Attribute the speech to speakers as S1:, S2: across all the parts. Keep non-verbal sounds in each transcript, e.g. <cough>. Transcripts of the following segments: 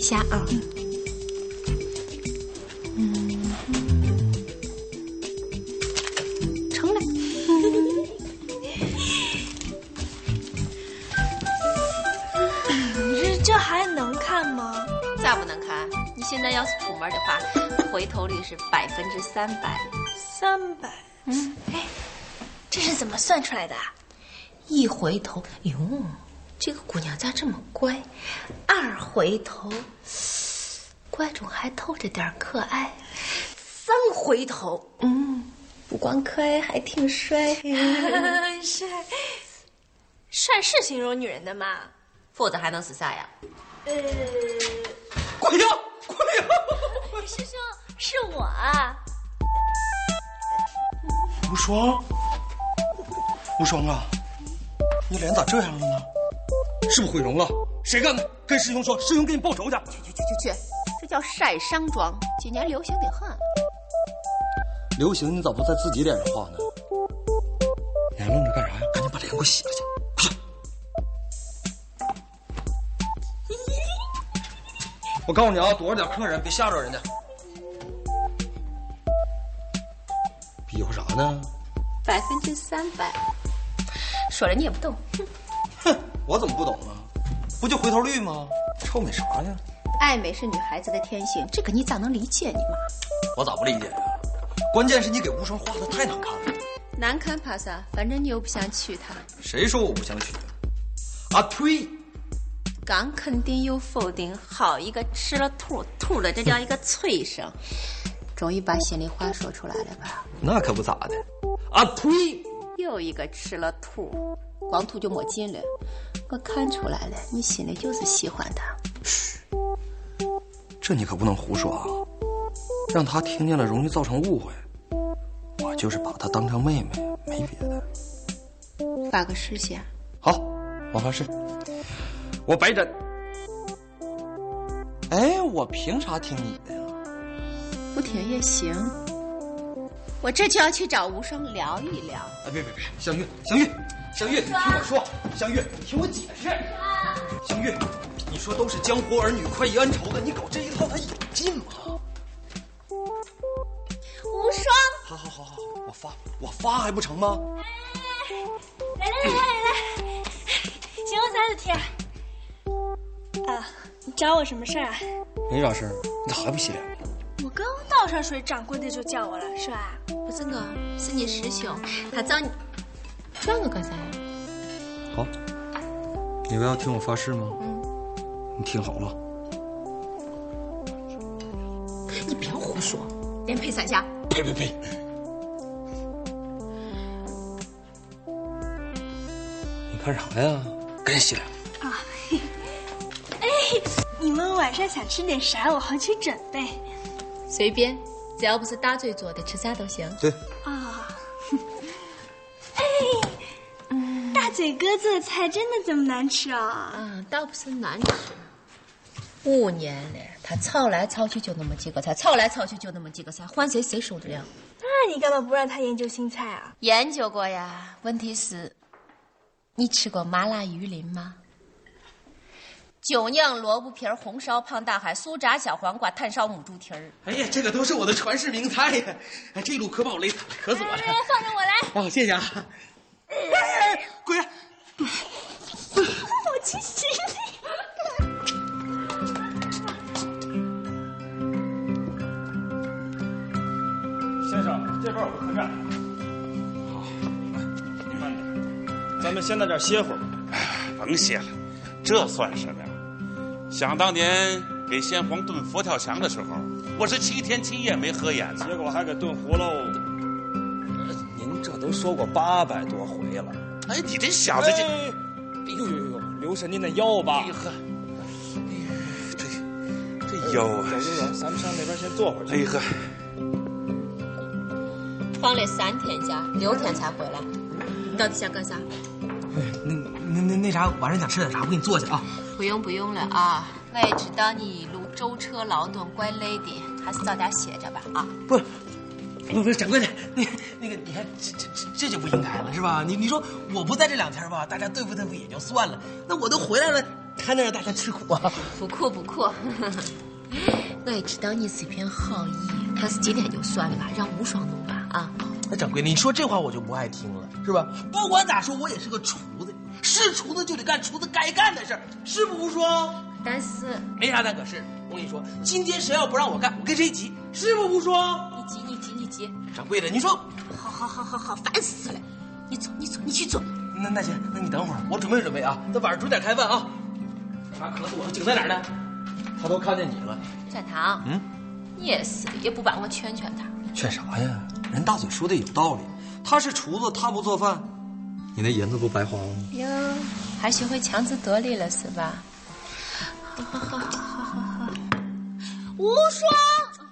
S1: 下啊。嗯，
S2: <laughs>
S1: 重来。
S2: 你这这还能看吗？
S3: 咋不能看？你现在要是出门的话，回头率是百分之三百。
S2: 三百。
S1: 嗯，
S2: 哎，这是怎么算出来的啊？
S1: 一回头，哟，这个姑娘咋这么乖？二回头， <sighs> 乖中还透着点可爱。三回头，嗯，不光可爱，还挺帅。
S2: <laughs> 帅，帅是形容女人的吗？
S3: 否则还能是啥呀？
S2: 呃，
S4: 滚呀，滚呀！
S2: 师兄，是我啊。
S4: 无双，无双啊，你脸咋这样了呢？是不是毁容了？谁干的？跟师兄说，师兄给你报仇去。
S3: 去去去，这叫晒伤妆，今年流行的很。
S4: 流行你咋不在自己脸上画呢？你还愣着干啥呀？赶紧把脸给我洗了去。快我告诉你啊，躲着点客人，别吓着人家。比划啥呢？
S3: 百分之三百，说了你也不懂。
S4: 哼，我怎么不懂啊？不就回头率吗？臭美啥呀？
S3: 爱美是女孩子的天性，这个你咋能理解你妈？
S4: 我咋不理解呀、关键是你给无双画的太难看了。
S3: 难看怕啥？反正你又不想娶她，
S4: 谁说我不想娶？啊呸！
S3: 刚肯定又否定，好一个吃了吐吐了，这叫一个催生。终于把心里话说出来了吧？
S4: 那可不咋的。啊呸！
S3: 又一个吃了吐，光吐就没劲了。我看出来了，你心里就是喜欢他。
S4: 这你可不能胡说啊，让他听见了容易造成误会。我就是把她当成妹妹，没别的。
S3: 发个誓先，
S4: 好，我发誓，我白斩。哎，我凭啥听你的呀？
S3: 不听也行。我这就要去找无双聊一聊。
S4: 哎，别别别，香月，香月，香月，你听我说，香月，你听我解释。香月，你说都是江湖儿女，快意恩仇的，你搞这一套，他有劲吗？
S2: 无双，
S4: 好好好好，我发我发还不成吗？
S2: 来哎来来来来来，行了，咱的天。啊，你找我什么事儿啊？
S4: 没啥事儿，你咋还不洗脸？
S2: 我刚倒上水，掌柜的就叫我了，是吧？
S3: 不是我，是你师兄，他找你转我干啥呀？
S4: 好，你们要听我发誓吗？你听好了，
S3: 你不要胡说，连配三下。
S4: 呸呸呸！你看啥呀？赶紧洗脸。
S2: 你们晚上想吃点啥？我好去准备。
S3: 随便，只要不是大嘴做的，吃啥都行。
S4: 对，
S2: 啊，哎，大嘴哥做的菜真的这么难吃啊？
S3: 啊，倒不是难吃。五年了，他炒来炒去就那么几个菜，炒来炒去就那么几个菜，换谁谁受得了？
S2: 那你干嘛不让他研究新菜啊？
S3: 研究过呀，问题是，你吃过麻辣鱼鳞吗？酒酿萝卜皮儿、红烧胖大海、酥炸小黄瓜、炭烧母猪蹄儿。
S4: 哎呀，这个都是我的传世名菜呀！哎，这一路可把我累惨了，渴死我了。
S2: 哎，放着我来，
S4: 啊，谢谢啊！哎哎，滚！
S2: 我去洗你。
S5: 先生，这边有个客栈。好，您慢点，咱们先在这儿歇会儿吧。
S6: 甭歇了，这算什么呀？想当年给先皇炖佛跳墙的时候，我是七天七夜没合眼呢。
S5: 结果还给炖糊喽。
S7: 呃您这都说过八百多回了，
S6: 哎，你这小子这，
S7: 哎呦呦呦，留神您的腰吧
S6: 哎。呦呵，这这腰啊
S7: 走，走走，咱们上那边先坐会儿去。
S6: 哎呦呵，
S3: 放了三天假，六天才回来。你到底想干啥？
S7: 那那那那啥，晚上想吃点啥，我给你做去啊。
S3: 不用不用了啊，我也知道你一路舟车劳顿，怪累的，还是早点歇着吧啊。
S7: 不是，不是，掌柜的，那那个，你看这这这这就不应该了，是吧？你你说我不在这两天吧，大家对付对付也就算了，那我都回来了，他能让大家吃苦啊？
S8: 不酷不酷。
S3: <laughs>
S8: 我也知道你是一片好意，但是今天就算了吧，让吴爽弄吧啊！
S7: 那哎掌柜的，你说这话我就不爱听了，是吧？不管咋说，我也是个厨子，是厨子就得干厨子该干的事儿，是不吴双？
S8: 但是
S6: 哎
S7: 没啥但可是，我跟你说，今天谁要不让我干，我跟谁急，是不吴双？
S8: 你急你急你急，
S7: 掌柜的，你说，
S8: 好好好好好，烦死了！你走你走你去做，
S7: 那那行，那你等会儿，我准备准备啊，那晚上准点开饭啊。干嘛咳嗽？我说景在哪儿呢？他都看见你了，
S8: 展堂，嗯，你也是的，也不帮我劝劝他。
S4: 劝啥呀？人大嘴说的有道理，他是厨子，他不做饭，你那银子不白花吗？
S8: 哟，还学会强词夺理了是吧？
S2: 无双，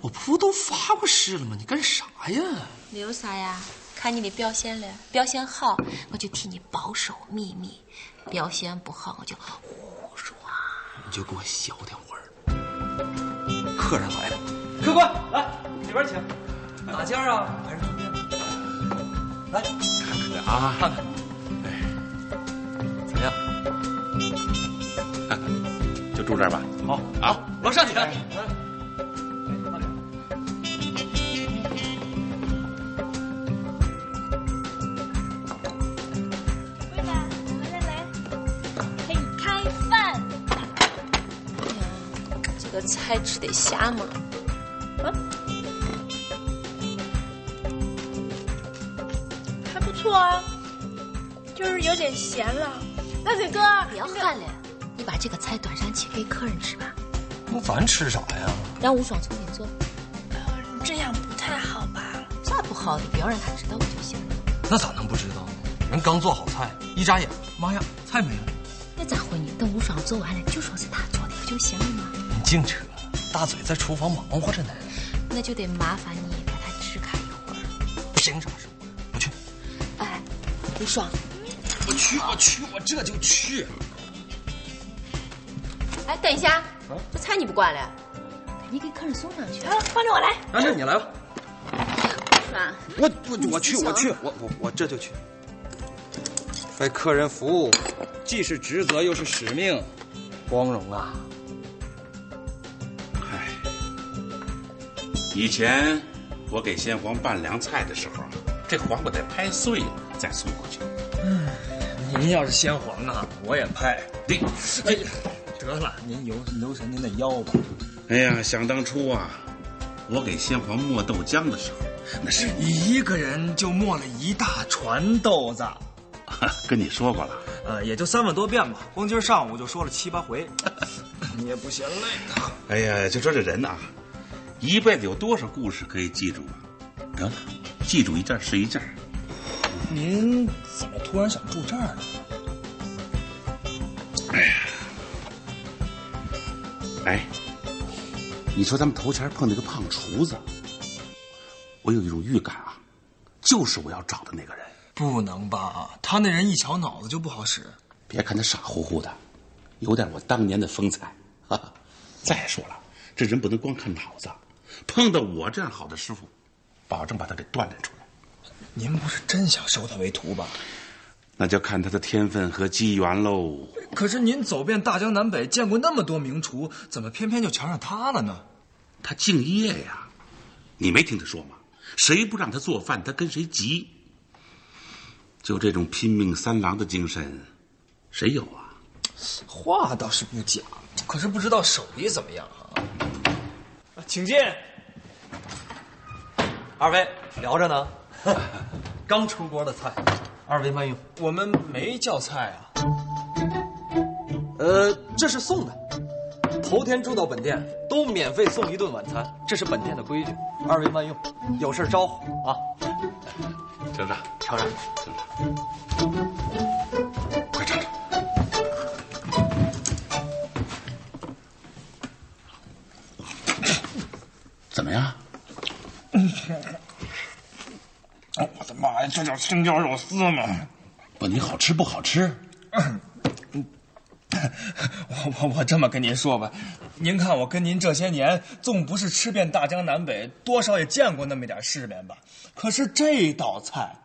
S4: 我不都发过誓了吗？你干啥呀？
S3: 没有啥呀，看你的表现了，表现好我就替你保守秘密，表现不好我就胡说。
S4: 你就给我小点味儿。客人来了，
S7: 客官来
S9: 里边请。
S7: 哪家啊？还是饭店？来，
S4: 啊，看看，怎么样？
S6: 就住这儿吧。
S4: 好
S6: 啊，
S7: 我上去。
S2: 回来来来来，陪你开饭。
S3: 这个菜吃得下吗？
S2: 还不错啊，就是有点咸了。大嘴哥，
S3: 别喊了，你把这个菜端上去给客人吃吧，
S4: 那咱吃啥呀？
S3: 让吴爽重新做。
S2: 这样不太好吧？
S3: 啥不好的，不要让他知道我就行了。
S4: 那咋能不知道呢？人刚做好菜，一眨眼，妈呀，菜没了！
S3: 那咋会呢？等吴爽做完了，就说是他做的不就行了吗？
S4: 你净扯，大嘴在厨房忙活着呢。
S3: 那就得麻烦你把他支开一会儿。
S4: 凭啥是我？我去，
S3: 哎，吴爽，
S4: 我去，我去，我这就去。
S8: 哎，等一下，这菜你不管了？
S3: 你给客人送上去。
S2: 啊，放着我来。
S4: 杨志，你来吧。
S8: 爽，
S4: 我我我去我去我我我这就去。
S10: 为客人服务，既是职责又是使命。
S4: 光荣啊！
S6: 唉，哎以前我给先皇拌凉菜的时候啊，这黄瓜得拍碎了再送过去。
S7: 您要是先皇啊，我也拍。
S6: 对，
S7: 得了，您留留神您的腰吧。
S6: 哎呀，想当初啊，我给先皇磨豆浆的时候，那是
S7: 你一个人就磨了一大船豆子，
S6: <laughs> 跟你说过了。
S7: 呃，也就三万多遍吧。光今儿上午就说了七八回， <laughs> 你也不嫌累啊呢。
S6: 哎呀，就说这人呐、一辈子有多少故事可以记住啊？得了，记住一件是一件。
S7: 您怎么突然想住这儿呢？
S6: 哎，你说咱们头前碰那个胖厨子，我有一种预感啊，就是我要找的那个人。
S7: 不能吧？他那人一瞧脑子就不好使。
S6: 别看他傻乎乎的，有点我当年的风采。哈哈。再说了，这人不能光看脑子，碰到我这样好的师傅，保证把他给锻炼出来。
S7: 您不是真想收他为徒吧？
S6: 那就看他的天分和机缘喽。
S7: 可是您走遍大江南北，见过那么多名厨，怎么偏偏就瞧上他了呢？
S6: 他敬业呀，你没听他说吗？谁不让他做饭，他跟谁急。就这种拼命三郎的精神，谁有啊？
S7: 话倒是不假，可是不知道手艺怎么样啊？
S10: 啊
S9: 请进。
S7: 二位，
S4: 聊着 <laughs> 呢，
S7: 刚出锅的菜，
S4: 二位慢用。
S7: 我们没叫菜啊。
S4: 呃，这是送的。头天住到本店都免费送一顿晚餐，这是本店的规矩，二位慢用，有事招呼啊。
S6: 尝尝，
S4: 尝尝，
S6: 快尝尝。怎么样？
S9: 我的妈呀，这叫青椒肉丝吗？
S6: 问你好吃嗯不好吃？
S7: 嗯 <laughs> 我我我这么跟您说吧，您看我跟您这些年，纵不是吃遍大江南北，多少也见过那么点世面吧。可是这道 <laughs> 菜，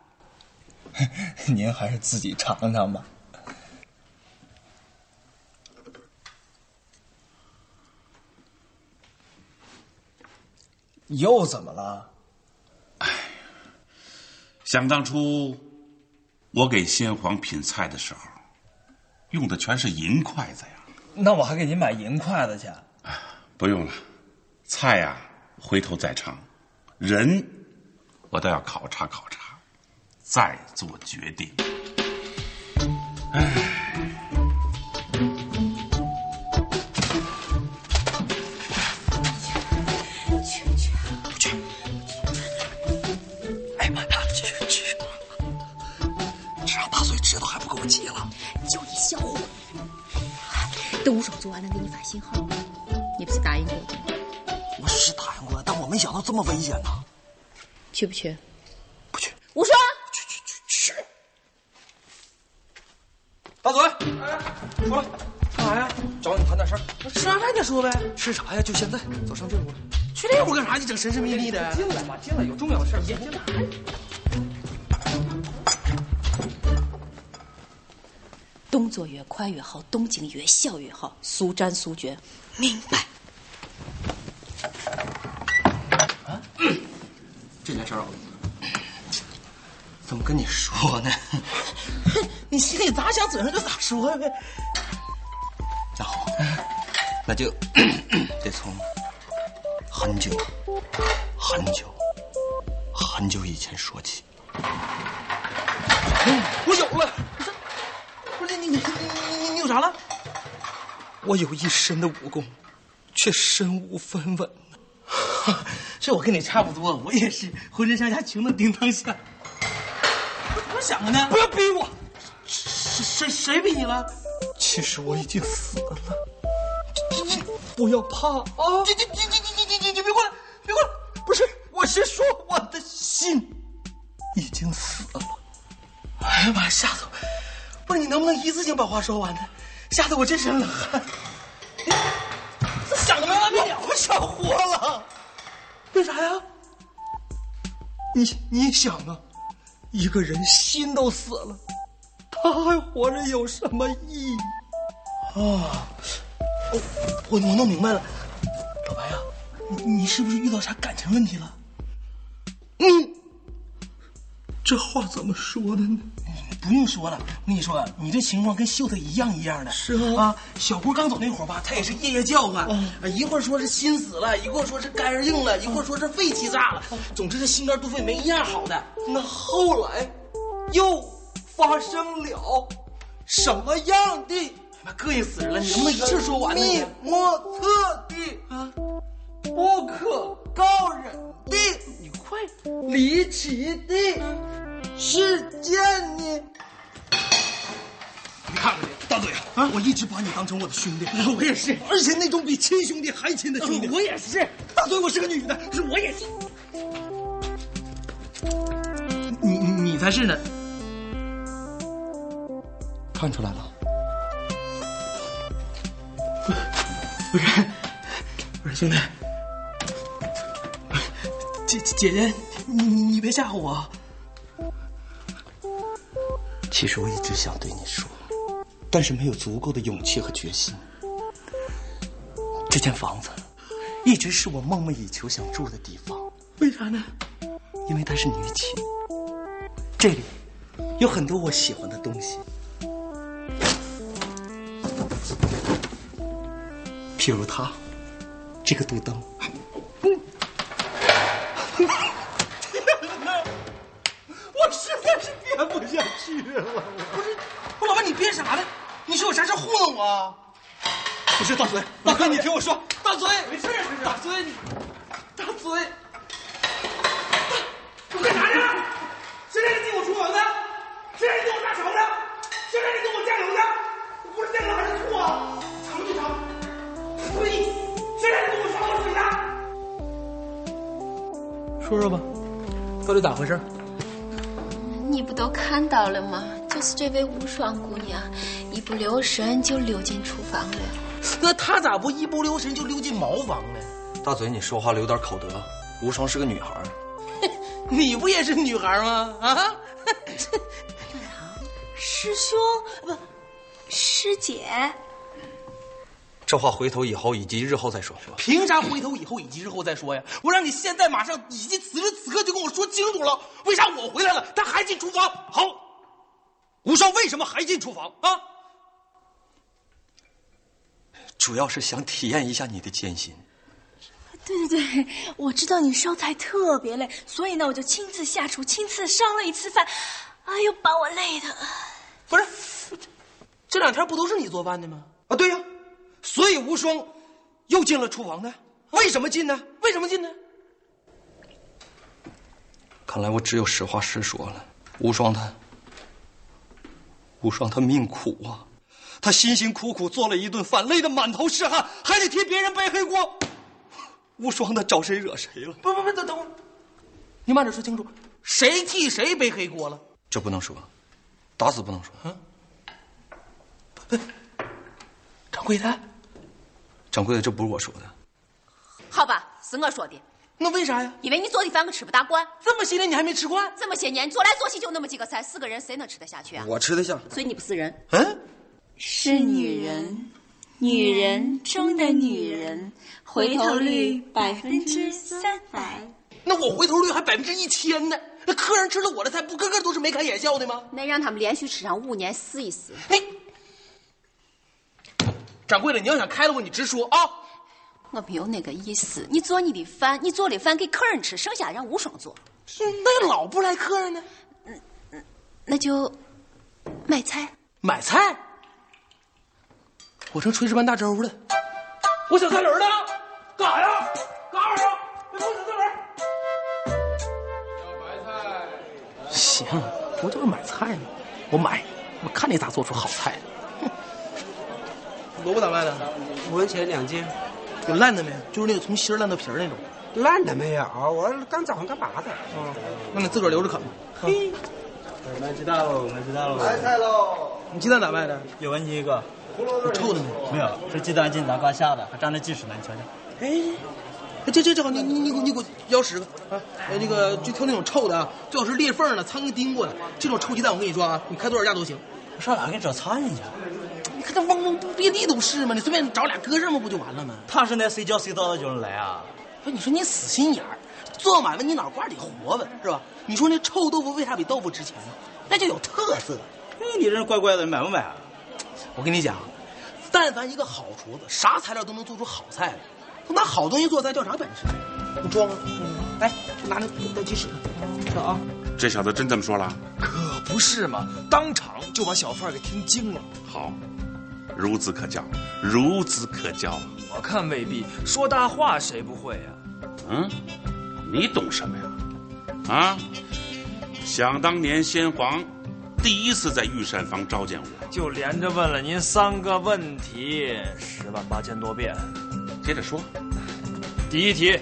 S7: 您还是自己尝尝吧。又怎么了？
S6: 想当初，我给先皇品菜的时候，用的全是银筷子呀。
S7: 那我还给您买银筷子去？啊
S6: 不用了，菜呀、回头再尝，人我倒要考察考察，再做决定。
S10: 哎呀妈呀，去去！这让八岁知道还不够急了。
S3: 就你小伙子，等五手做完了给你发信号。你不是答应过的吗，
S10: 我是答应过了，但我没想到这么危险呢。
S3: 去不去？
S10: 不去，
S3: 我说
S10: 去去去去！大嘴，出来，干啥呀？找你谈点事儿。
S4: 吃完饭再说呗。
S10: 吃啥呀？就现在，走上这屋。
S4: 去那屋干啥？你整神神秘秘的。
S10: 进来吧，进来，有重要的事儿。进来。
S3: 动作越快越好，动静越小越好，速战速决。明白。
S10: 这件事儿，啊怎么跟你说呢？
S4: 你心里咋想，嘴上就咋说呗。
S10: 那好，那就得从很久、很久、很久以前说起。
S4: 我有了，不是你你你你你有啥了？
S10: 我有一身的武功，却身无分文。
S4: 这我跟你差不多，我也是浑身上下穷的叮当响。我怎么想的呢？
S10: 不要逼我！
S4: 谁谁谁逼你了？
S10: 其实我已经死了，不要怕啊！
S4: 你你你你你你你你别过来，别过来！
S10: 不是，我是说我的心已经死了。
S4: 哎呀妈呀，吓死我！不是你能不能一次性把话说完呢？吓得我这身冷汗。这想的没完没了，
S10: 我想活了，
S4: 为啥呀？
S10: 你你想啊，一个人心都死了，他还活着有什么意义？
S4: 啊哦我我弄明白了，老白呀、你你是不是遇到啥感情问题了？
S10: 嗯这话怎么说的呢？
S4: 哎不用说了，我跟你说，你这情况跟秀才一样一样的。
S10: 是啊
S4: 小郭刚走那会儿吧，他也是夜夜叫唤，啊一会儿说是心死了，一会儿说是肝儿硬了，一会儿说是肺气炸了，总之这心肝肚肺没一样好的。
S10: 那后来又发生了什么样的
S4: 妈，膈应死人了！你能不能一气儿说完呢？
S10: 密莫测的啊，不可告人的，你快离奇的事件呢？
S4: 你看看你，大嘴啊！我一直把你当成我的兄弟， <laughs> 我也是，
S10: 而且那种比亲兄弟还亲的兄弟，
S4: 我也是，
S10: 大嘴，我是个女的，
S4: 是我也是。你你你才是呢！
S10: 看出
S4: <laughs>
S10: 来了，
S4: 不是，不是兄弟，姐姐姐，你你你别吓唬我啊！
S10: 其实我一直想对你说，但是没有足够的勇气和决心。这间房子一直是我梦寐以求想住的地方，
S4: 为啥呢？
S10: 因为它是女寝，这里有很多我喜欢的东西，譬如它，这个肚灯。
S4: <laughs> 我实在是编不下去了。不是，我老白，你编啥呢？你是有啥事糊弄我啊？
S10: 不是大嘴，
S4: 大哥，
S10: 哥
S4: 你
S10: 听我说，
S4: 大嘴，没事儿，大嘴，你大嘴，我干啥呢？谁让你进我厨房的？谁让你进我大床的？谁让你进我家楼的？我不是在楼还是吐啊？尝一尝，呸！谁让你进我床上水的？
S10: 说说吧，到底咋回事？
S11: 你不都看到了吗？就是这位无双姑娘，一不留神就溜进厨房了。
S4: 那他咋不一不留神就溜进茅房呢？
S10: 大嘴，你说话留点口德，无双是个女孩儿。
S4: 你不也是女孩吗？啊？ <laughs>
S2: 师兄不，师姐，
S10: 这话回头以后以及日后再说。
S4: 凭啥回头以后以及日后再说呀？我让你现在马上以及此时此刻就跟我说清楚了，为啥我回来了他还进厨房？好，
S10: 吴少为什么还进厨房啊？主要是想体验一下你的艰辛。
S2: 对对对， <laughs> 我知道你烧菜特别累，所以呢，我就亲自下厨，亲自烧了一次饭。哎呦，把我累的！
S4: 不是，这两天不都是你做饭的吗？
S10: 啊，对呀、所以无双又进了厨房呢。为什么进呢？
S4: 为什么进呢？
S10: 看来我只有实话实说了。无双他，无双他命苦啊，他辛辛苦苦做了一顿饭，累得满头是汗，还得替别人背黑锅。无双他找谁惹谁了？
S4: 不不不，等等会儿，你慢点说清楚，谁替谁背黑锅了？
S10: 这不能说，打死不能说。
S12: 嗯
S4: 掌柜的，
S10: 掌柜的，这不是我说的。
S3: 好吧，是我说的，
S4: 那为啥呀？
S3: 因为你做的饭我吃不大惯。
S4: 这么些年你还没吃惯？
S3: 这么些年做来做去就那么几个菜，四个人谁能吃得下去啊？
S10: 我吃得下。
S3: 所以你不是人，
S10: 嗯，
S2: 是女人，女人中的女人，回头率百分之三百。
S4: 那我回头率还百分之一千呢。那客人吃了我的菜，不个个都是眉开眼笑的吗？
S3: 那让他们连续吃上五年试一试。
S4: 哎，掌柜的，你要想开了我，你直说啊。
S3: 我没有那个意思，你做你的饭，你做的饭给客人吃，剩下让无双做，
S4: 那老不来客人呢？
S3: 那就买菜。
S4: 买菜，我成炊事班大周了，我小三轮呢？干啥呀？干啥玩意儿？你给我小三轮！行，不就是买菜吗？我买，我看你咋做出好菜来。萝卜咋卖的？
S13: 五文钱两斤，
S4: 有烂的没？就是那个从芯儿烂到皮儿那种。
S13: 烂的没有？我刚早上干嘛的？
S4: 那你自个儿留着啃吧。
S13: 嘿，
S14: 我们知道了，我们知道了。
S13: 喽！
S4: 你鸡蛋咋卖的？
S14: 九文钱一个，
S4: 有臭的没？
S14: 没有，这鸡蛋进咱瓜下的，还沾着鸡屎呢，你瞧瞧。
S4: 哎，这这这好，你你你给我你给我要十个啊！哎，那个就挑那种臭的啊，最好是裂缝的、苍蝇叮过的这种臭鸡蛋。我跟你说啊，你开多少价都行。
S14: 上哪给找苍蝇去？
S4: 你看这嗡嗡不遍地都是吗？你随便找俩搁上吗？不就完了吗？
S14: 他是那谁叫谁到的就能来啊？
S4: 哎，你说你死心眼儿，做买卖你脑瓜得活吧，是吧？你说那臭豆腐为啥比豆腐值钱呢？那就有特色。
S14: 哎，你这人怪怪的，你买不买啊？
S4: 我跟你讲，但凡一个好厨子，啥材料都能做出好菜来。他拿好东西做菜叫啥本事？你装啊！来，拿那那鸡屎，这啊。
S6: 这小子真这么说了？啊
S7: 可呃不是嘛，当场就把小贩儿给听惊了。
S6: 好，孺子可教，孺子可教。
S7: 我看未必，说大话谁不会呀、
S6: 嗯，你懂什么呀？啊，想当年先皇第一次在御膳房召见我，
S7: 就连着问了您三个问题，十万八千多遍。
S6: 接着说，
S7: 第一题，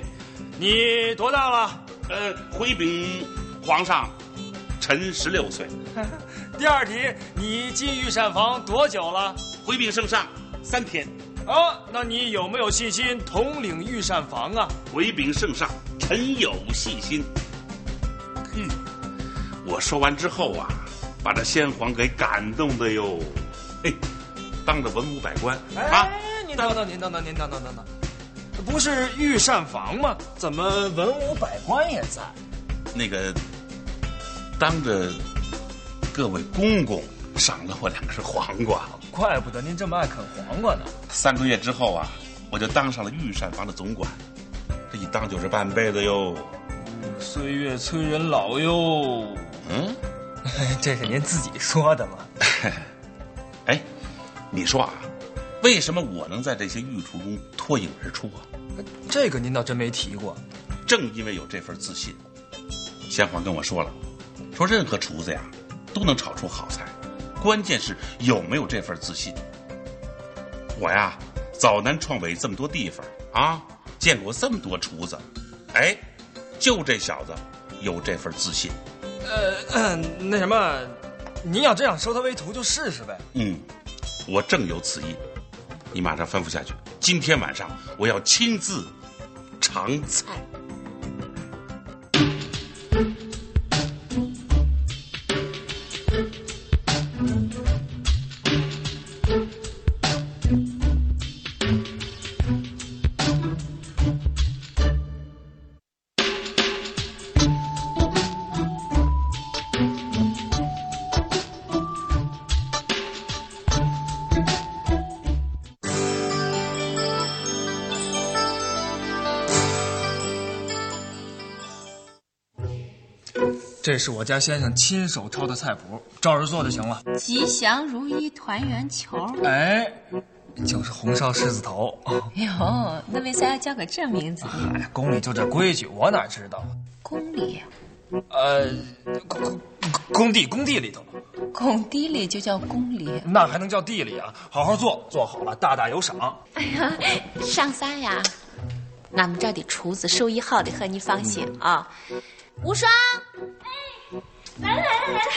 S7: 你多大了？
S6: 呃，回禀皇上，臣十六岁，
S7: 第二题，你进御膳房多久了？
S6: 回禀圣上三天，
S7: 啊，那你有没有信心统领御膳房啊？
S6: 回禀圣上，臣有细心。嗯，我说完之后啊，把这先皇给感动的哟，哎，当着文武百官啊，
S7: 哎，您等等，您等等，您等等等等，不是御膳房吗？怎么文武百官也在？
S6: 那个当着各位公公赏了我两根黄瓜。
S7: 怪不得您这么爱啃黄瓜呢。
S6: 三个月之后啊，我就当上了御膳房的总管，这一当就是半辈子哟。
S7: 岁月催人老哟，
S6: 嗯，
S7: 这是您自己说的吗？
S6: 哎，你说啊，为什么我能在这些御厨中脱颖而出啊？
S7: 这个您倒真没提过。
S6: 正因为有这份自信，先皇跟我说了，说任何厨子呀都能炒出好菜，关键是有没有这份自信。我呀，走南闯北这么多地方啊，见过这么多厨子，哎，就这小子有这份自信。
S7: 呃，呃那什么，您要真想收他为徒就试试呗。
S6: 嗯，我正有此意，你马上吩咐下去。今天晚上我要亲自尝菜。
S7: 这是我家先生亲手抄的菜谱，照着做就行了。
S3: 吉祥如意团圆球。
S7: 哎，就是红烧狮子头。
S3: 哟，那为啥要叫个这名字呢？
S7: 哎，宫里就这规矩，我哪知道啊？
S3: 宫里，
S7: 呃，工地工地里头，
S3: 拱地里就叫宫里。
S7: 那还能叫地里啊？好好做，做好了大大有赏。
S1: 哎呀，上三呀，俺们这儿的厨子手艺好的很，你放心啊。无双，
S2: 来了来了来了，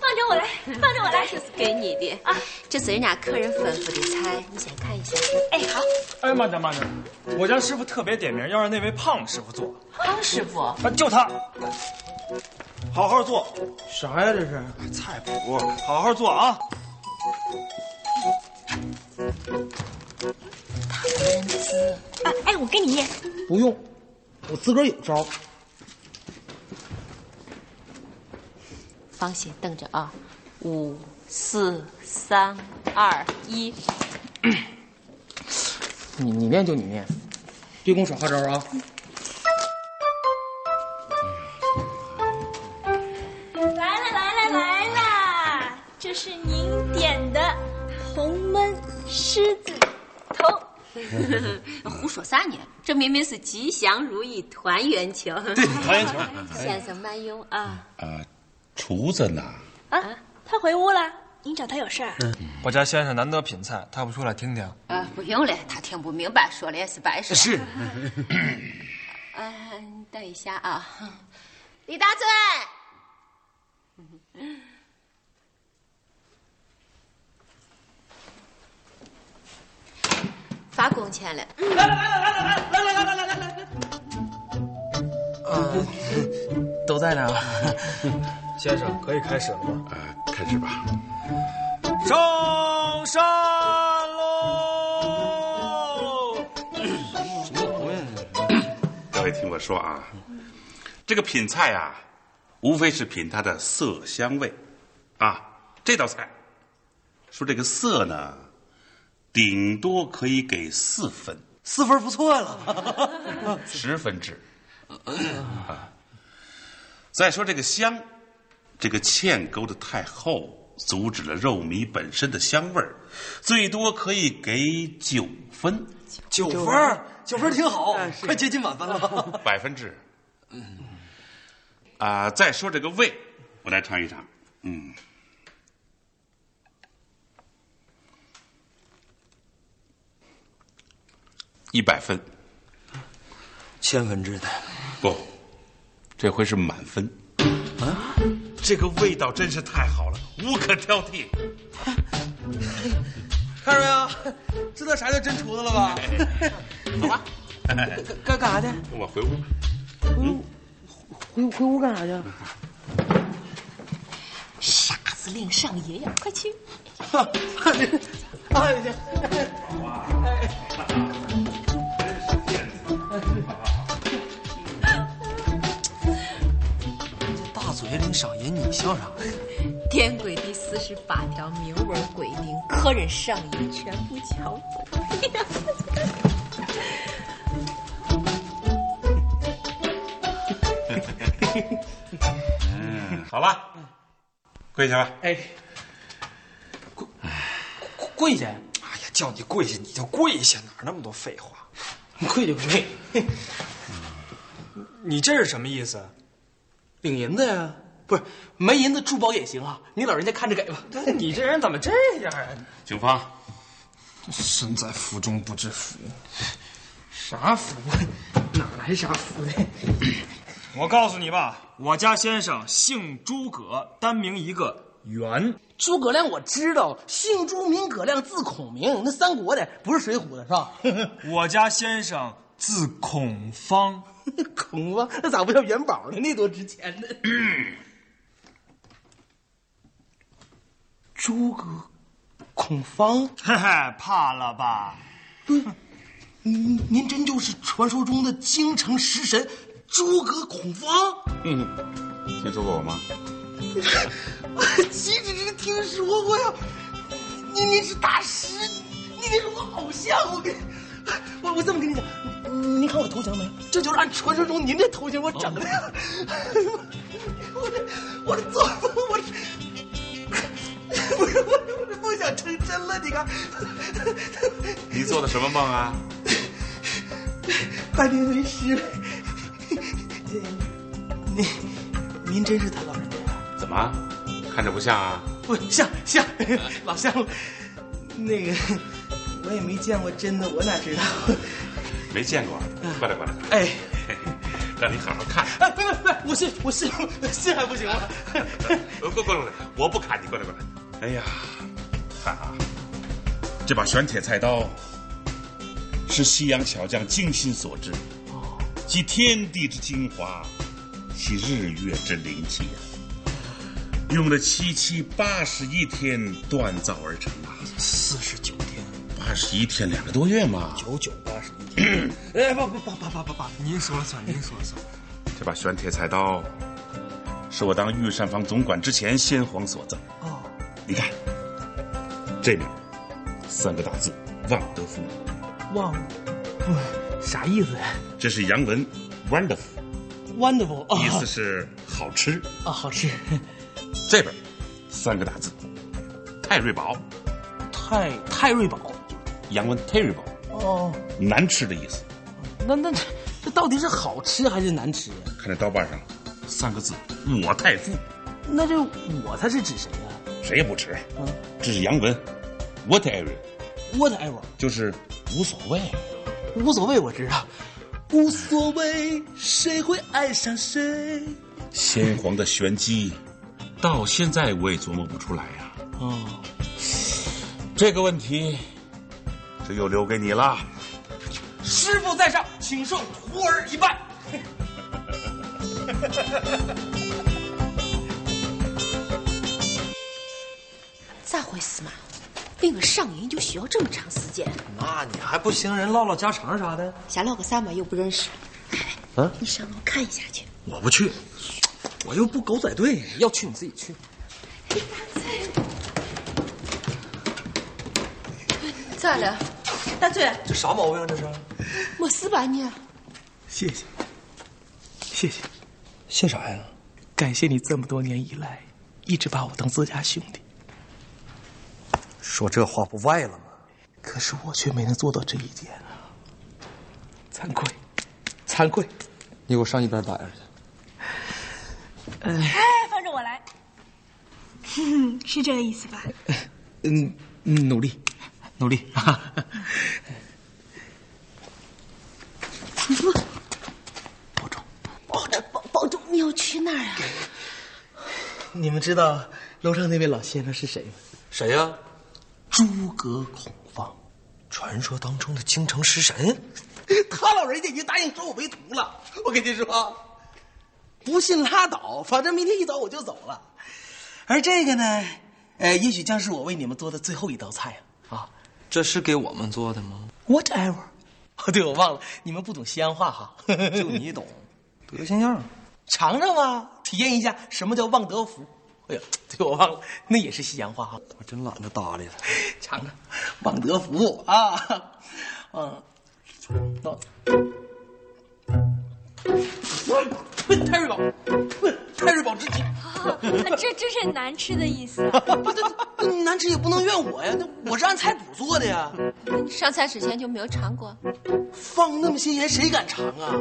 S2: 放着我来，放着我来。
S1: 这是给你的啊，这是人家客人吩咐的菜，你先看一下。
S2: 哎，好，
S7: 哎，慢点慢点，我家师傅特别点名，要让那位胖师傅做，
S1: 康师傅，
S7: 啊，就他，好好做
S4: 啥呀这是？
S7: 菜谱，好好做啊。
S3: 认字，
S2: 啊，哎，我给你念。
S4: 不用，我自个儿有招。
S1: 放心，等着啊。五、四、三、二、
S3: <laughs>
S1: 一，
S15: 你你念就你念，
S4: 对公耍花招啊！
S2: 来了来了来了，这是您点的红焖狮子头。
S1: 胡说啥呢？这明明是吉祥如意团圆球。
S7: 团
S3: <laughs>
S7: 圆球，嗯
S1: 先生慢用啊。
S6: 呃，厨子呢？
S2: 啊，他回屋了，您找他有事儿？
S7: 我家先生难得品菜，他不出来听听？
S3: 啊，不用了，他听不明白，说了也是白说。
S7: 是，
S3: 啊，你等一下啊，李大嘴，发工钱了。
S15: 都在呢。
S7: <laughs> 先生可以开始了吗？
S6: 呃，开始吧。
S7: 上山喽！
S6: 各位听我说啊，这个品菜啊，无非是品它的色香味，啊，这道菜，说这个色呢，顶多可以给四分，
S12: 四分不错了。
S6: 十分制。啊，再说这个香，这个芡勾的太厚，阻止了肉糜本身的香味儿，最多可以给九分，
S10: 九分儿，九分儿
S4: <laughs>
S10: 挺好，快接近满分了。
S6: 百分制。嗯啊，再说这个味，我来尝一尝。嗯，一百分。
S10: 千分制的，
S6: 不，这回是满分。啊，这个味道真是太好了，无可挑剔。
S12: 看着没有，知道啥叫真厨子了吧？
S6: 走吧，
S4: 干干啥去？
S6: <laughs> 我回屋。
S4: 回回屋干啥 <laughs> 去？
S1: 傻子领上爷呀，快去！
S4: 哎呀，
S10: 大嘴领赏银，你笑啥？
S3: 店规第四十八条明文规定，客人上衣全部敲走。
S6: 好了，跪下吧。
S4: 哎，跪跪下！
S7: 哎呀，叫你跪下你就跪下，哪儿那么多废话？
S4: 你跪就跪，
S7: 你这是什么意思？
S4: <laughs> 领银子呀？不是，没银子珠宝也行啊，你老人家看着给吧。
S7: 你这人怎么这样啊？
S6: 警方，
S7: 身在福中不知 <laughs> 福。
S4: 啥福啊？哪来啥福
S7: <coughs>
S4: 呢？
S7: 我告诉你吧，我家先生姓诸葛，单名一个元。
S4: 诸葛亮我知道，姓朱名葛亮，字孔明，那三国的不是水浒的是吧？ <laughs>
S7: 我家先生字孔方。
S4: 孔子那咋不叫元宝呢？那多值钱呢！诸葛孔方，
S7: 嘿嘿，怕了吧？
S4: 您您真就是传说中的京城食神诸葛孔方？
S6: 嗯，听说过我吗？
S4: 岂止是听说过呀？您您是大师，您您是我偶像，我跟，我我这么跟你讲，您看我头型没？这就是按传说中您这头型我整的。我这我这做梦，我这。不是我这，我这梦想成真了，你看，
S6: 你做的什么梦啊？
S4: 拜您为师了。您，您真是他老人家，
S6: 怎么，看着不像啊？
S4: 不像像老像了。那个，我也没见过真的，我哪知道？ <laughs>
S6: 没见 <laughs> 过，过来过来，
S4: 哎，
S6: 让你好好看。
S4: 哎，别别别，我信我信信还不行吗？
S6: 呃过过来过来，我不砍你，过来过来。哎呀，看啊，这把玄铁菜刀是西洋巧匠精心所制，集天地之精华，集日月之灵气呀、用了七七八十一天锻造而成啊，
S4: 四十九天，
S6: 八十一天两个多月嘛。
S4: 九九八十一天。
S7: 哎，不不不不不不不，您说了算，您说了算。
S6: 这把玄铁菜刀是我当御膳房总管之前先皇所赠。
S4: 哦，
S6: 你看，这面三个大字“望德福
S4: 忘了，不啥意思呀”，
S6: 这是洋文 “wonderful”，
S4: ？Wonderful 啊，
S6: 意思是好吃。
S4: 啊，好吃。
S6: 这边三个大字“泰瑞宝
S4: 泰泰瑞宝，”，
S6: 洋文 “terrible”，
S4: 哦，
S6: 难吃的意思。
S4: 那那这这到底是好吃还是难吃呀？
S6: 看这刀把上三个字“我太傅
S4: 那这我他是指谁呀、”，
S6: 谁也不吃。
S4: 嗯
S6: 这是洋文 “whatever”，
S4: ，Whatever，
S6: 就是无所谓。
S4: 无所谓，我知道，无所谓，谁会爱上谁？
S6: 先皇的玄机，到现在我也琢磨不出来呀、
S4: 哦，
S6: 这个问题，这又留给你了。
S4: 师傅在上，请受徒儿一拜。
S1: 咋回事嘛？病个上瘾就需要这么长时间？
S12: 那你还不行人唠唠家常啥的？
S1: 瞎唠个啥嘛？又不认识。
S12: 嗯，
S1: 你上楼看一下去。
S12: 我不去，我又不狗仔队，要去你自己去。
S3: 咋了？
S2: 大嘴，
S12: 这啥毛病啊？这是？
S1: 没事吧你？
S4: 谢谢，谢谢，
S12: 谢啥呀？
S4: 感谢你这么多年以来，一直把我当自家兄弟，
S12: 说这话不外了吗？
S4: 可是我却没能做到这一点啊，惭愧，惭愧。
S10: 你给我上一边待着去。
S4: 哎，
S2: 哎，放着我来。哼，是这个意思吧？
S4: 嗯，努力，努力 <laughs> 啊！
S1: 保重，保保重！你要去哪儿啊？
S4: 你们知道楼上那位老先生是谁吗？
S12: 谁呀、
S4: 诸葛孔，
S12: 传说当中的京城食神。
S4: <laughs> 他老人家已经答应收我为徒了。我跟你说，不信拉倒，反正明天一早我就走了。而这个呢，呃，也许将是我为你们做的最后一道菜啊！啊
S12: 这是给我们做的吗？
S4: ，whatever。哦， <laughs> 对，我忘了，你们不懂西安话哈， <laughs> 就
S12: 你懂，德行样。
S4: 尝尝啊，体验一下什么叫望德福。哎呀，对，我忘了，那也是西洋话哈。
S12: 我真懒得搭理他。
S4: <laughs> 尝尝，望德福啊，嗯，那，问太瑞宝，问太瑞宝之体，
S2: <laughs> 这真是难吃的意思。
S4: 难吃也不能怨我呀，那我是按菜谱做的呀，
S3: 你上菜之前就没有尝过？
S4: 放那么些盐谁敢尝啊？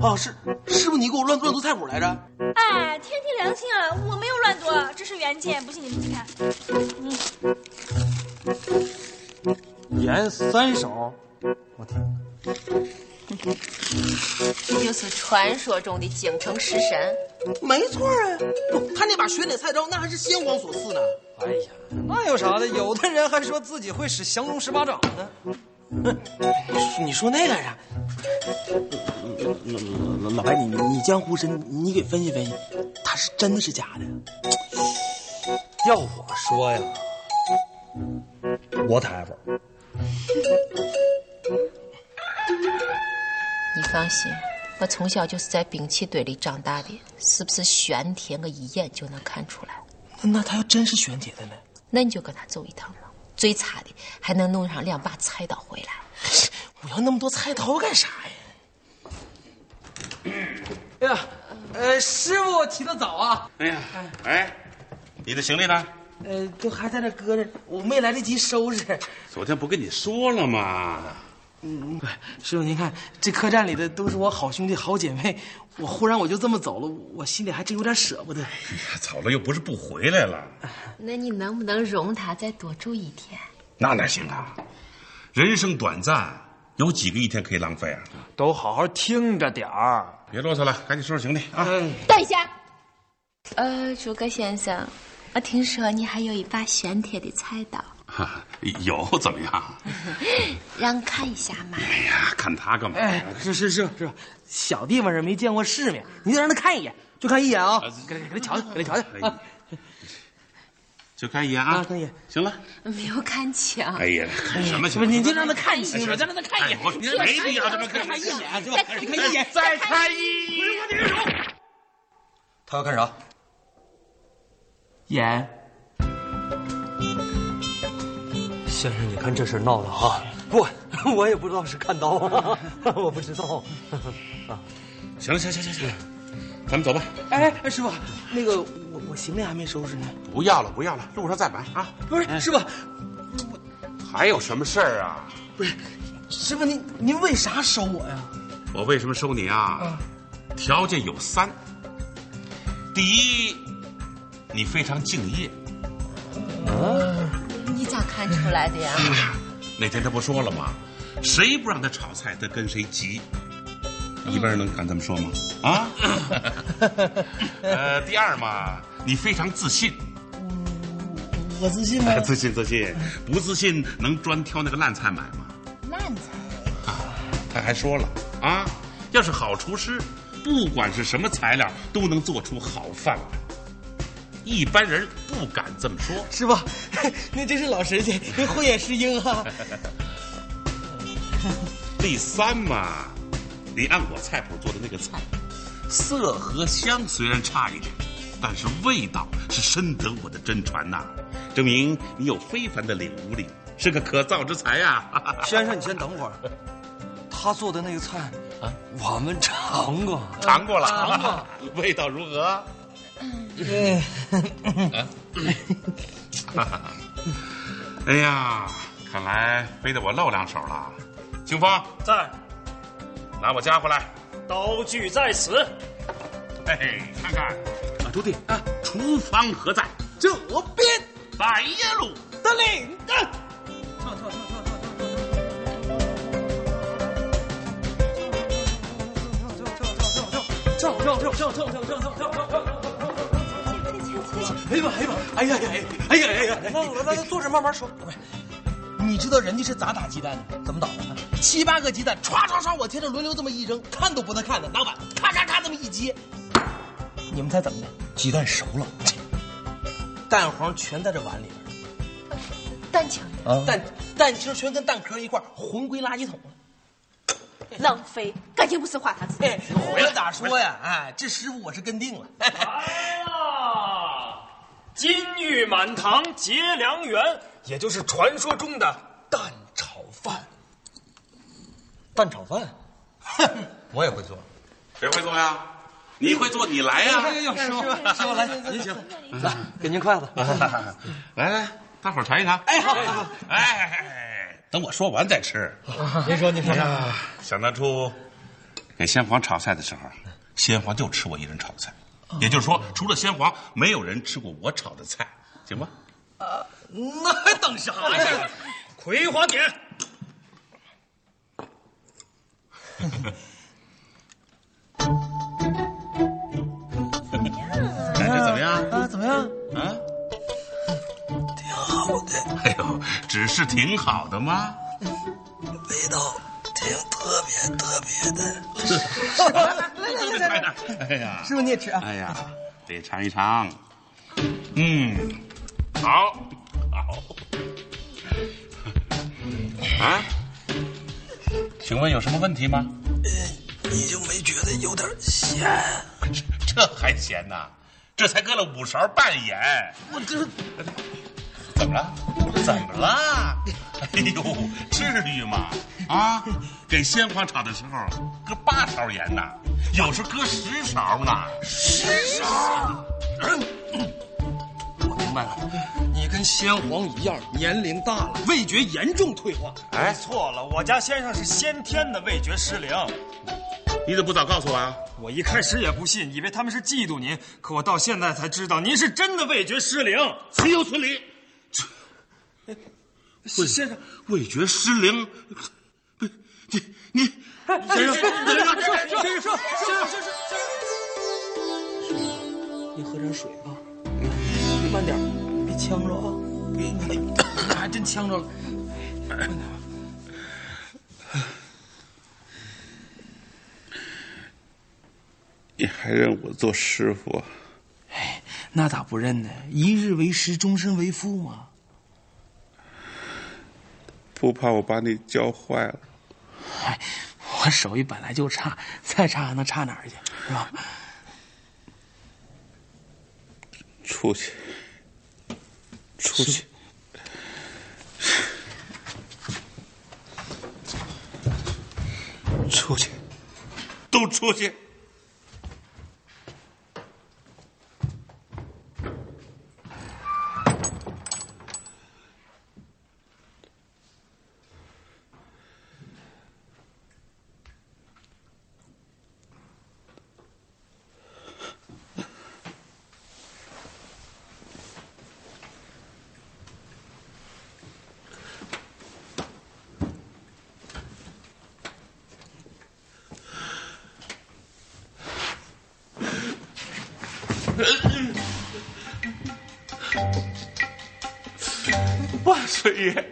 S4: 哦，是师傅，你给我乱乱做菜谱来着？
S2: 哎，天地良心啊，我没有乱多，这是原件，不信你们去看。嗯，
S12: 盐三勺，我天，
S3: 这就是传说中的京城食神。
S4: 没错啊，他那把玄铁菜刀那还是先皇所赐呢。
S12: 哎呀，那有啥的？有的人还说自己会使降龙十八掌呢。
S4: 你说那干啥？嗯老老白，你你江湖深，你给分析分析，他是真的是假的？
S12: 要我说呀，whatever。
S3: 你放心，我从小就是在兵器堆里长大的，是不是玄铁，我一眼就能看出来。
S4: 那他要真是玄铁的呢？
S3: 那你就跟他走一趟吧，最差的还能弄上两把菜刀回来。
S4: 我要那么多菜刀干啥呀？哎呀，呃，师傅起得早啊！
S6: 哎呀，哎，你的行李呢？
S4: 呃，都还在那搁着，我没来得及收拾。
S6: 昨天不跟你说了吗？
S4: 嗯，师傅您看，这客栈里的都是我好兄弟、好姐妹，我忽然我就这么走了，我心里还真有点舍不得。
S6: 走了又不是不回来了，
S1: 那你能不能容他再多住一天？
S6: 那哪行啊！人生短暂，有几个一天可以浪费啊？
S7: 都好好听着点儿，
S6: 别啰嗦了，赶紧收拾行李啊！
S3: 等一下，
S1: 呃，朱哥先生，我听说你还有一把玄铁的菜刀，
S6: 哈哎有怎么样？
S1: 让看一下嘛。
S6: 哎呀，看他干嘛？
S4: 哎，是是是是，小地方人没见过世面，你就让他看一眼，就看一眼啊！给他给他瞧瞧，给他瞧瞧啊！
S6: 哎就看一眼啊，
S4: 看一眼，
S6: 行了。
S1: 嗯没有看啊清。
S6: 哎呀，看什么？
S4: 你就让他看一眼，
S6: 就
S4: 让他看一眼，
S6: 你哎没必要这么看哎
S4: 一眼，是吧？看一眼，
S6: 再看一眼，
S13: 我的手。
S12: 他要干啥？
S6: 哎
S4: 眼。
S12: 先生，你看这事闹的哈，不， <laughs> 我也不知道是看刀， <laughs> 我不知道。啊，
S6: 行了，行行行行，咱们走吧。
S4: 哎，师傅，那个我我行李还没收拾呢。
S6: 不要了，不要了，路上再买啊。
S4: 不是，师傅，
S6: 还有什么事儿啊？
S4: 不是，师傅您您为啥收我呀？
S6: 我为什么收你啊？条件有三：第一，你非常敬业。
S3: 你咋看出来的呀？
S6: 那天他不说了吗？谁不让他炒菜，他跟谁急。一般人能敢这么说吗？啊？呃，第二嘛，你非常自信，
S4: 我自
S6: <laughs>
S4: 信吗？
S6: 自信自信，不自信能专挑那个烂菜买吗？
S3: 烂菜。
S6: 他还说了啊，要是好厨师，不管是什么材料，都能做出好饭来。一般人不敢这么说。
S4: 师傅， <laughs> 那真是老神仙，您慧眼识英啊！
S6: 第三嘛，你按我菜谱做的那个菜，色和香虽然差一点，但是味道是深得我的真传呐、证明你有非凡的领悟力，是个可造之才啊呀、
S12: 先生，你先等会儿。他做的那个菜，啊，我们尝过，
S6: 尝过了，
S12: 嗯尝过，
S6: <laughs> 味道如何？嗯啊 <laughs> 哎呀，看来非得我露两手了。清风，
S16: 在，
S6: 拿我家回来。
S16: 刀具在此。
S6: 哎，看看，啊，徒弟啊，厨房何在？
S4: 这边，
S6: 白耶路
S4: 的领的。
S12: 唱唱唱唱唱。
S4: 跳跳跳跳跳跳跳跳跳跳跳！哎呀哎呀哎呀哎呀哎呀哎呀！
S12: 忘了，咱坐着慢慢说。
S4: 你知道人家是咋打鸡蛋的？
S12: 怎么打的？
S4: 七八个鸡蛋，唰唰唰往天上轮流这么一扔，看都不能看的，拿碗咔咔咔这么一接。你们猜怎么的？
S12: 鸡蛋熟了，
S4: 蛋黄全在这碗里边，
S1: 蛋清，
S4: 蛋蛋清全跟蛋壳一块儿混归垃圾桶了。
S2: 浪费，感情不是话他吃。
S4: 哎，我咋说呀？哎，这师傅我是跟定了。
S16: 来啦！金玉满堂结良缘，也就是传说中的蛋炒饭。
S12: 蛋炒饭，我也会做。
S6: 谁会做呀？你会做，你来呀、
S12: 师傅，师傅来，您请，来给您筷子。
S6: <laughs> 来来，大伙儿尝一尝。哎，好，好，哎，等我说完再吃。
S12: 您说，您说
S6: 哎，
S4: 啊
S6: 呀，想当初给先皇炒菜的时候，先皇就吃我一人炒菜，
S4: 哦
S6: 也就是说，除了先皇，没有人吃过我炒的菜，行吗？
S4: 呃那还等啥呀？
S16: 葵花
S6: <laughs>
S16: 点，
S6: 感哎觉怎么样？
S4: 啊，怎么样？
S6: 啊？
S12: 挺好的，
S6: 哎呦，只是挺好的吗？
S12: 味道挺特别特别的。
S4: 啊来来来来，
S6: 哎呀，
S4: 师傅你也吃啊。
S6: 哎呀，得尝一尝。嗯，好，好。啊？请问有什么问题吗？
S12: 呃你就没觉得有点咸？
S6: 这还咸呐？这才搁了五勺半盐。
S4: 我这
S6: 怎么了？怎么了？哎呦，至于吗？啊，给鲜花炒的时候搁八勺盐呢，有时候搁十勺呢。
S10: 十勺。我明白了，你跟先皇一样，年龄大了，味觉严重退化。
S7: 哎，错了，我家先生是先天的味觉失灵。
S6: 你怎么不早告诉我啊？
S7: 我一开始也不信，以为他们是嫉妒您，可我到现在才知道您是真的味觉失灵。
S6: 岂有此理！
S7: 先生，
S6: 味觉失灵，不，你你，先生，先生，
S13: 先生，先生，先生。
S4: 你喝点水啊，嗯慢点，别呛着啊！哎，还真呛着了。
S17: 你还认我做师傅？
S4: 哎，那咋不认呢？一日为师，终身为父嘛。
S17: 不怕我把你教坏了？
S4: 哎，我手艺本来就差，再差还能差哪儿去？是吧？
S17: 出 <laughs> 去，出去！
S10: 出去，
S6: 都出去！
S17: 万岁爷，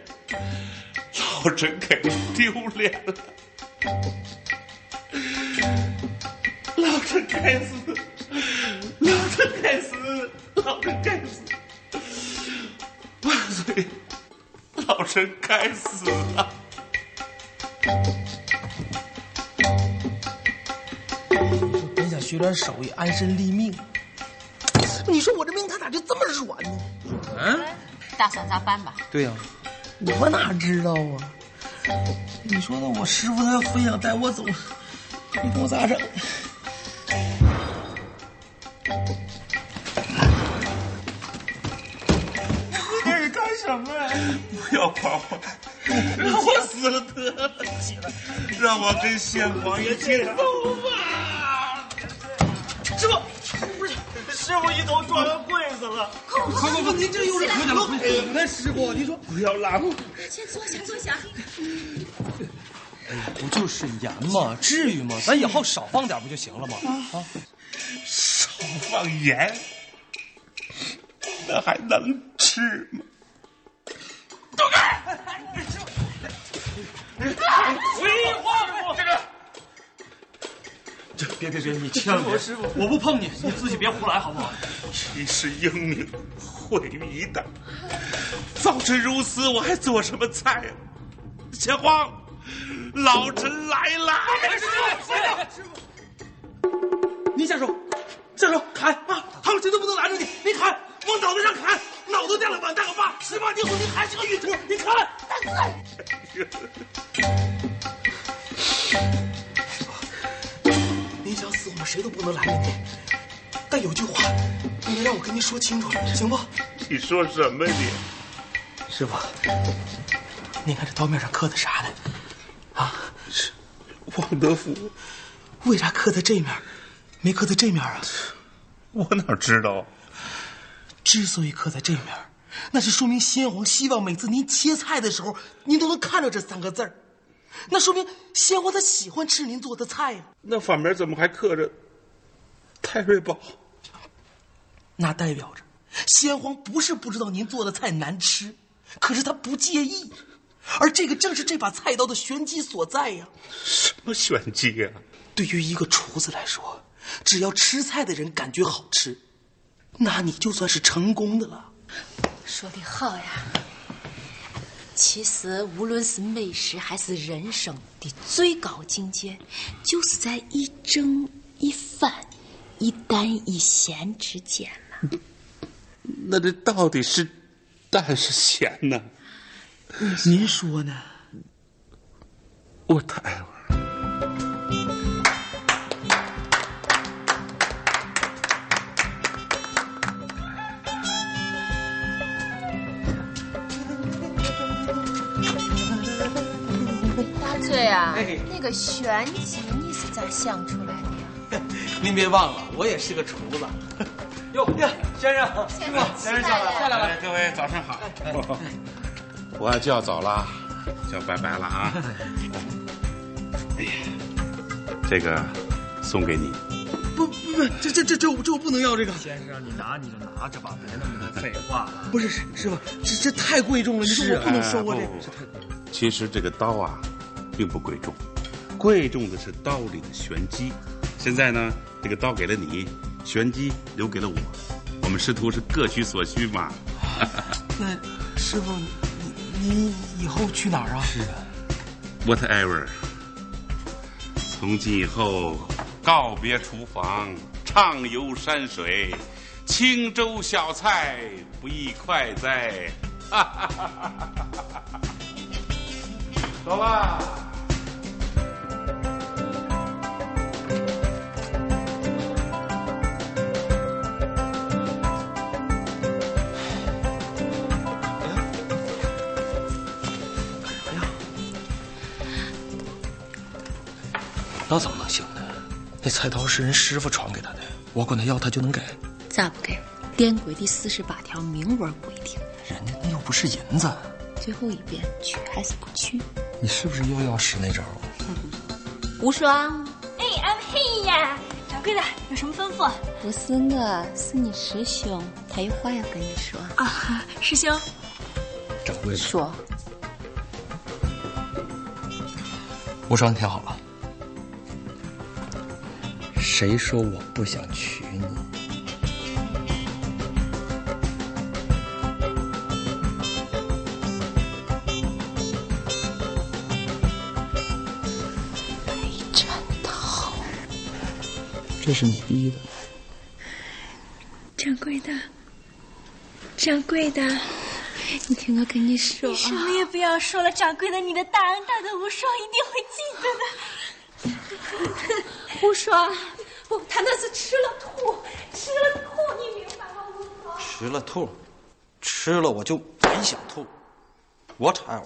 S17: 老臣给您丢脸了，老臣该死，老臣该死，老臣该死，万岁爷，老臣该死啊！
S4: 本想学点手艺，安身立命，你说我这命他咋就这么软呢？
S3: 嗯，大算咱搬吧。
S4: 对呀、我哪知道啊？你说那我师傅他要非想带我走，你给我咋整？
S13: 你这是干什么呀？
S17: 不要管我，让我死了得了，让我跟先皇一起走吧。
S13: 师傅，不是，师傅一头撞到柜子了。快
S4: 快快快您这有点快点快点
S13: 来，师傅，您说不要拉我。
S3: 先坐下，坐下。
S12: 不就是盐吗？嗯至于吗？咱以后少放点不就行了吗？
S4: 嗯
S12: 啊，
S17: 少放盐，那还能吃吗？
S13: 都开！回话这个
S7: 这别别别，你千万别！
S17: 师傅师傅
S7: 我不碰你，你自己别胡来好不
S17: <laughs>
S7: 好？
S17: 你是英明，毁于一旦。早知如此，我还做什么菜啊？先皇，老臣来 <laughs> 了。
S13: 师傅，你下手，下手砍啊！他们绝对不能拦着你，你砍，往脑袋上砍，脑袋掉了碗大个疤，十八年后你还是个狱卒，你砍！大哥，
S4: 你想死，我们谁都不能拦着你。但有句话，你得让我跟您说清楚，行不？
S17: 你说什么你？
S4: 师傅，您看这刀面上刻的啥呢？啊，是
S17: 王德福。
S4: 为啥刻在这面，没刻在这面啊？
S17: 我哪知道？啊
S4: 之所以刻在这面，那是说明先皇希望每次您切菜的时候，您都能看到这三个字儿。那说明先皇他喜欢吃您做的菜呀、
S17: 那反面怎么还刻着泰瑞宝？
S4: 那代表着先皇不是不知道您做的菜难吃，可是他不介意。而这个正是这把菜刀的玄机所在呀、
S17: 什么玄机啊？
S4: 对于一个厨子来说，只要吃菜的人感觉好吃，那你就算是成功的了。
S3: 说的好呀。其实，无论是美食还是人生的最高境界，就是在一正一反、一淡一咸之间了。
S17: 那这到底是淡是咸呢？
S18: 您说呢？
S17: 我待会儿。
S2: 大醉啊
S4: 哎，
S2: 那个旋即你是咋想出来的呀？
S4: 您别忘了，我也是个厨子。 <laughs> 哟呀，先生，
S2: 先
S4: 生先生下来了下来了
S6: 哎各位早上好。 <laughs> 我就要走了，就拜拜了啊！哎呀，这个送给你。
S4: 不不不，这这这这我这我不能要这个。
S7: 先生，你拿你就拿着吧，别那么多废话了。
S4: 不是师师傅，这这太贵重了，你说我不能收啊
S6: 哎
S4: 这。
S6: 不其实这个刀啊，并不贵重，贵重的是刀里的玄机。现在呢，这个刀给了你，玄机留给了我，我们师徒是各取所需嘛。
S4: 那师傅，你你以后去哪儿啊？是啊，
S6: Whatever，从今以后告别厨房，畅游山水，轻舟小菜不亦快哉？哈哈哈哈哈！走吧。
S15: 那怎么能行呢？那菜刀是人师傅传给他的，我管他要，他就能给。
S3: 咋不给？滇规第四十八条明文规定，
S15: 人家那又不是银子，
S3: 最后一遍，去还是不去？
S15: 你是不是又要使那招？
S3: 无双，
S2: 哎，俺们嘿呀，掌柜的有什么吩咐？
S3: 不是我，是你师兄，他有话要跟你说。
S2: 啊，师兄，
S15: 掌柜的
S3: 说，
S15: 无双，你听好了，谁说我不想娶你？
S3: 真好。
S15: 这是你逼的。
S2: 掌柜的，掌柜的，你听我跟你说
S3: 啊
S2: 你什么也不要说了，掌柜的，你的大恩大德，无双一定会记得的。
S3: 无双，我他那是吃了吐，吃了吐，你明白吗？
S10: 吃了吐，吃了我就也想吐，我 e 会儿。